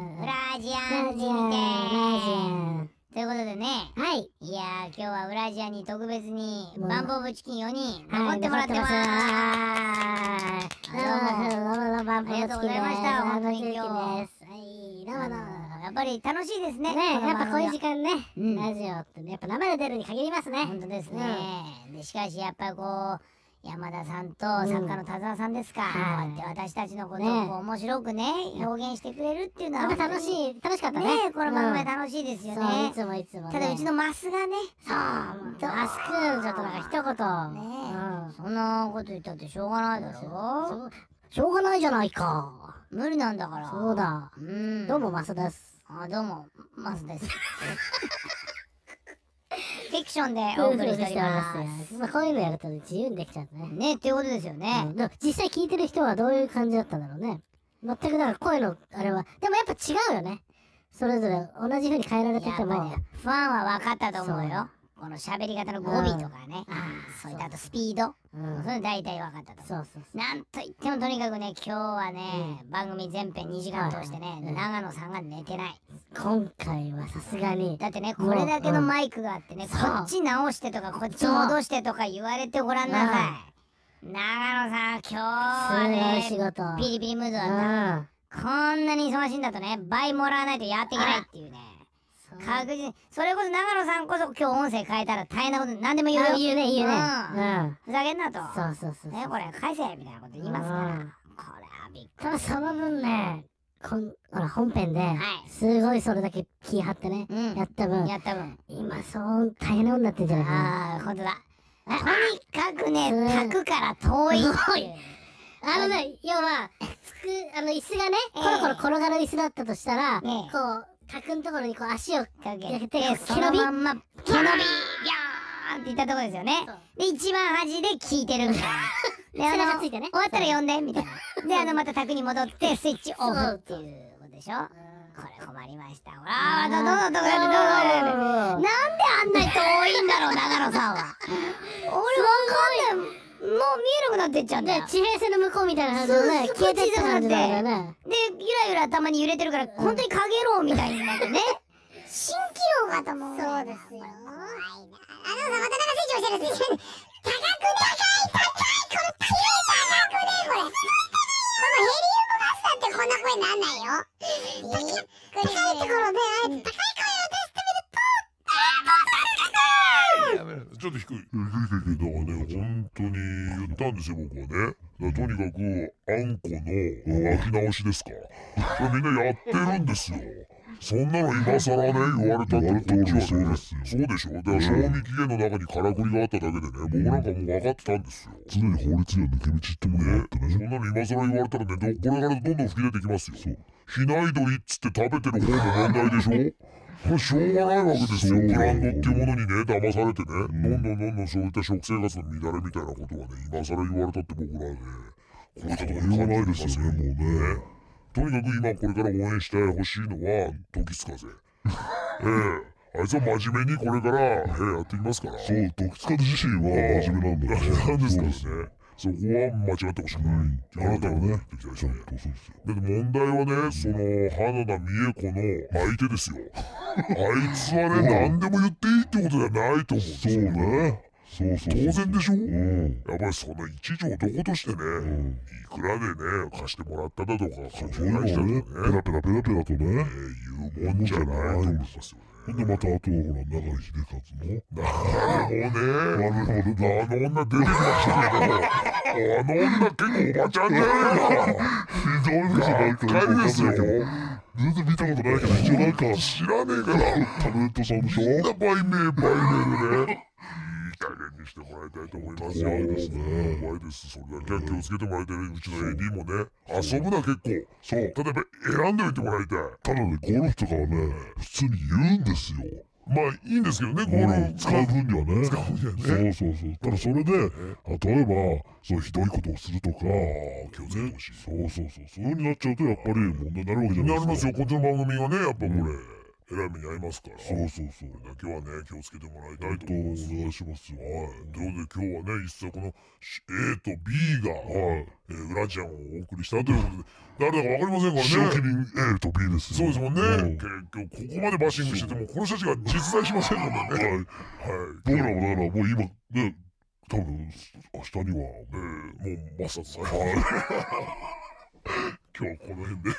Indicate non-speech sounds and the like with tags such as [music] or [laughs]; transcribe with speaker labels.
Speaker 1: ジアンジ
Speaker 2: ラ
Speaker 1: ン
Speaker 2: ジア
Speaker 1: で
Speaker 2: ン
Speaker 1: ということでね、
Speaker 2: はい。
Speaker 1: いやー、今日はウラジアに特別に、
Speaker 2: もう
Speaker 1: バンボーブチキン4人、
Speaker 2: はい
Speaker 1: 残ってもらってます。
Speaker 2: どうも、どうも、どうも、バン
Speaker 1: あ
Speaker 2: プ
Speaker 1: り
Speaker 2: の
Speaker 1: がとうございました。
Speaker 2: バン
Speaker 1: 本当
Speaker 2: プの
Speaker 1: に
Speaker 2: チキン
Speaker 1: 今日。
Speaker 2: で
Speaker 1: い、
Speaker 2: どうもどうも
Speaker 1: やっぱり楽しいですね。
Speaker 2: す。ねやっぱこういう時
Speaker 1: 間。
Speaker 2: 間ね、
Speaker 1: うん
Speaker 2: ラジオってね、やっぱ生で出るに限りますね。
Speaker 1: 本当ですね。でしかし、やっぱりこう、山田さんと作家の田沢さんですか。
Speaker 2: はい
Speaker 1: こうやって私たちのことを
Speaker 2: ね
Speaker 1: こう面白くね、表現してくれるっていうの
Speaker 2: な
Speaker 1: は。
Speaker 2: んか楽し
Speaker 1: い。
Speaker 2: い、楽しかった
Speaker 1: ね
Speaker 2: ね。
Speaker 1: えこの番組
Speaker 2: うん
Speaker 1: 楽しいですよ
Speaker 2: そう、い
Speaker 1: ね。
Speaker 2: つもいつもね。
Speaker 1: ただ、うちのマスがね、
Speaker 2: そう、マスくん、ちょっとなんか一
Speaker 1: ね
Speaker 2: 言。
Speaker 1: え
Speaker 2: うん
Speaker 1: そんなこと言ったってしょうがないだろ
Speaker 2: そうしょうがないじゃないか。
Speaker 1: 無理なんだから。
Speaker 2: そう。だ。
Speaker 1: うん。
Speaker 2: どうも、。マスです。
Speaker 1: あ、どうも、マスです。フィクションでお送りしております。
Speaker 2: まあ、こういうのやるとね自由にできちゃうね。
Speaker 1: ね、っていうことですよ
Speaker 2: う
Speaker 1: ね
Speaker 2: ん。でも実際聞いてる人はどういう感じだったんだろうね。全くだから声のあれは、でもやっぱ違うよね。それぞれ同じ風に変えられて
Speaker 1: や
Speaker 2: て
Speaker 1: っ
Speaker 2: も。
Speaker 1: ぱね、ファンは分かったと思う
Speaker 2: そ
Speaker 1: よ
Speaker 2: う。
Speaker 1: この喋り方の語尾とかね。そ
Speaker 2: そうう
Speaker 1: いったあとスピード。
Speaker 2: うん
Speaker 1: それ大体分かったと思
Speaker 2: そうそう
Speaker 1: う。なんといってもとにかくね、今日はね、番組全編2時間通して
Speaker 2: は
Speaker 1: ね
Speaker 2: い、はい
Speaker 1: 長野さんが寝てない。
Speaker 2: そう。今回はさすがに。
Speaker 1: だってね、これだけのマイクがあってね、こ
Speaker 2: そう
Speaker 1: っち直してとか、こっち戻してとか言われてごらんなさい。長野さん、今日
Speaker 2: す
Speaker 1: は
Speaker 2: ごい仕
Speaker 1: ね、
Speaker 2: 事。
Speaker 1: ピリピリムードだっ
Speaker 2: うん
Speaker 1: た。こんなに忙しいんだとね、倍もらわないとやっていけないっていうね。
Speaker 2: そう
Speaker 1: 確実に、それこそ長野さんこそ今日音声変えたら大変なこと、何でも言う
Speaker 2: あ
Speaker 1: よ。
Speaker 2: 言うね、言うね。
Speaker 1: ふざけんなと。
Speaker 2: うん。そうそうそうそう。
Speaker 1: ね、これ返せみたいなこと言いますから。
Speaker 2: うん
Speaker 1: これはびっく
Speaker 2: ただその分ね、こん、ほら、本編で、
Speaker 1: はい
Speaker 2: すごいそれだけ気張ってね、
Speaker 1: うん
Speaker 2: やった分
Speaker 1: り。、やった分。
Speaker 2: 今、そう、大変なことになってんじゃないかな。
Speaker 1: ああ、ほんとだ。とにかくね、
Speaker 2: うん
Speaker 1: 炊くから遠いっていう。
Speaker 2: あのね、要は、つく、あの、椅子がね、
Speaker 1: え
Speaker 2: コロコロ転がる椅子だったとしたら、
Speaker 1: ええ
Speaker 2: こう、卓のところにこう足を、
Speaker 1: か
Speaker 2: や
Speaker 1: け、
Speaker 2: ってて
Speaker 1: そのまんま、毛伸び、ビャーンっていったとこですよね
Speaker 2: そう。
Speaker 1: で、一番端で聞いてるみたい [laughs] な。
Speaker 2: 背
Speaker 1: で、あ
Speaker 2: 中
Speaker 1: の
Speaker 2: ついてね
Speaker 1: 終わったら呼んで、みたいな。で、あの、また卓に戻って、スイッチオフっていうことでしょ。これ困りました。ほら、どうぞどうぞどうぞ
Speaker 2: どうぞ
Speaker 1: どうぞどうぞどうぞ。なんであんなに遠いんだろう、長野さん [laughs] は。俺わかんない。もう見えなくなってっちゃうんだよ
Speaker 2: で、。地平線の向こうみたいな感じでね、
Speaker 1: そう
Speaker 2: 消えてった感じなんだよね。
Speaker 1: で、ゆらゆらたまに揺れてるから、本当にかげろうみたいになって [laughs] ね。蜃気楼かと思う。そうですよ。あのさ、またなんか成長してる。高くね、高い、高い、この高い、高くね、これ。このヘリウムマスターってこんな声になんないよ。高いところで、あれ、高い
Speaker 3: ちょっと低い。低い低い。だからね、本当に言ったんですよ、僕はね。だからとにかく、あんこのうん巻き直しですか。それみんなやってるんですよ。そんなの今更ね、言われたってこっちはそうですよ。そうでしょだから賞味期限の中にからくりがあっただけでね、僕なんかもう分かってたんですよ。常に法律には抜け道ってもね。そんなの今更言われたらね、どこれからどんどん吹き出てきますよ。比内鶏っつって食べてる方の問題でしょこれしょうがないわけですよ。ブランドっていうものにね、騙されてね、どんどんどんどんそういった食生活の乱れみたいなことはね、今更言われたって僕らね、これから言わないですよね、もうね。とにかく今これから応援してほしいのは、時津風。ええあいつは真面目にこれから、ええやっていきますから。
Speaker 4: そう、時津風自身は真面目なんだよね。
Speaker 3: なんです
Speaker 4: そ
Speaker 3: かね。
Speaker 4: うです
Speaker 3: そこは間違ってほしくない。
Speaker 4: うんあなたはね
Speaker 3: ってきたでし
Speaker 4: ち
Speaker 3: ょ
Speaker 4: ゃ
Speaker 3: うん
Speaker 4: とそうですよ。
Speaker 3: だって問題はね、その、花田美恵子の相手ですよ。あいつはね、何でも言っていいってことじゃないと思うんです
Speaker 4: そう
Speaker 3: よ。
Speaker 4: ね。そうそう。
Speaker 3: 当然でしょ
Speaker 4: う
Speaker 3: や
Speaker 4: ん。
Speaker 3: っぱりその一条男としてね、
Speaker 4: うん。
Speaker 3: いくらでね、貸してもらっただとか、
Speaker 4: そうそう
Speaker 3: 貸して
Speaker 4: いうのは
Speaker 3: もらした
Speaker 4: ね、
Speaker 3: と
Speaker 4: ペ
Speaker 3: かね、
Speaker 4: ラペラペラペラとね
Speaker 3: え。ー言うもんじゃないと思いますよ
Speaker 4: ほんで
Speaker 3: ね。
Speaker 4: また、あと、ほら、長井秀勝の。
Speaker 3: あれもね、
Speaker 4: あれも
Speaker 3: あ
Speaker 4: ね、
Speaker 3: の女出てきましたけど、あの女結構おばちゃんじゃないか。
Speaker 4: 非常になんか、
Speaker 3: がっかりですよ
Speaker 4: 全然見たことないけど、一応なんか、
Speaker 3: 知らねえから。
Speaker 4: タレントさんでしょ
Speaker 3: みんな売名売名でね。いい加減にしてもらいたいと思いますよ。
Speaker 4: 怖いですね
Speaker 3: 怖いです。それだけは気をつけてもらいたい。うちの AD もね、遊ぶな結構。そう。例えば選んでおいてもらいたい。
Speaker 4: ただね、ゴルフとかはね、普通に言うんですよ。
Speaker 3: まあいいんですけどね、ゴ
Speaker 4: ゴ
Speaker 3: ー
Speaker 4: ル
Speaker 3: ル
Speaker 4: フ使う分にはね。
Speaker 3: 使う分には
Speaker 4: ね。そうそうそう。ただそれで、例えば、そうひどいことをするとか、
Speaker 3: 気をつけてほしい。
Speaker 4: そうそうそう。そういう風になっちゃうと、やっぱり問題になるわけじゃな
Speaker 3: ない
Speaker 4: で
Speaker 3: りますす
Speaker 4: か。
Speaker 3: よ、こっちの番組はね、やっぱこれ。えらい目に遭いますから。
Speaker 4: そうそうそう。
Speaker 3: だけはね、気をつけてもらいた
Speaker 4: え
Speaker 3: い
Speaker 4: っ
Speaker 3: と
Speaker 4: と、
Speaker 3: 思い
Speaker 4: お
Speaker 3: ます。はい。
Speaker 4: 願いしますよ。
Speaker 3: ということで今日はね、一切このし A と B が、
Speaker 4: はい。
Speaker 3: えー、ウラちゃんをお送りしたということで、誰だかわかりません
Speaker 4: 仕
Speaker 3: から
Speaker 4: 置き
Speaker 3: ね。
Speaker 4: 人 A と B です
Speaker 3: そう
Speaker 4: よ
Speaker 3: ですもんね。
Speaker 4: うん
Speaker 3: 結局、ここまでバッシングしてても、この人たちが実在しませんのでね。
Speaker 4: はい。
Speaker 3: はい。
Speaker 4: 僕らもだからもう今、ね、多分、明日には、
Speaker 3: [laughs] えー、もう抹殺されます。今日はこの辺で。
Speaker 4: はい。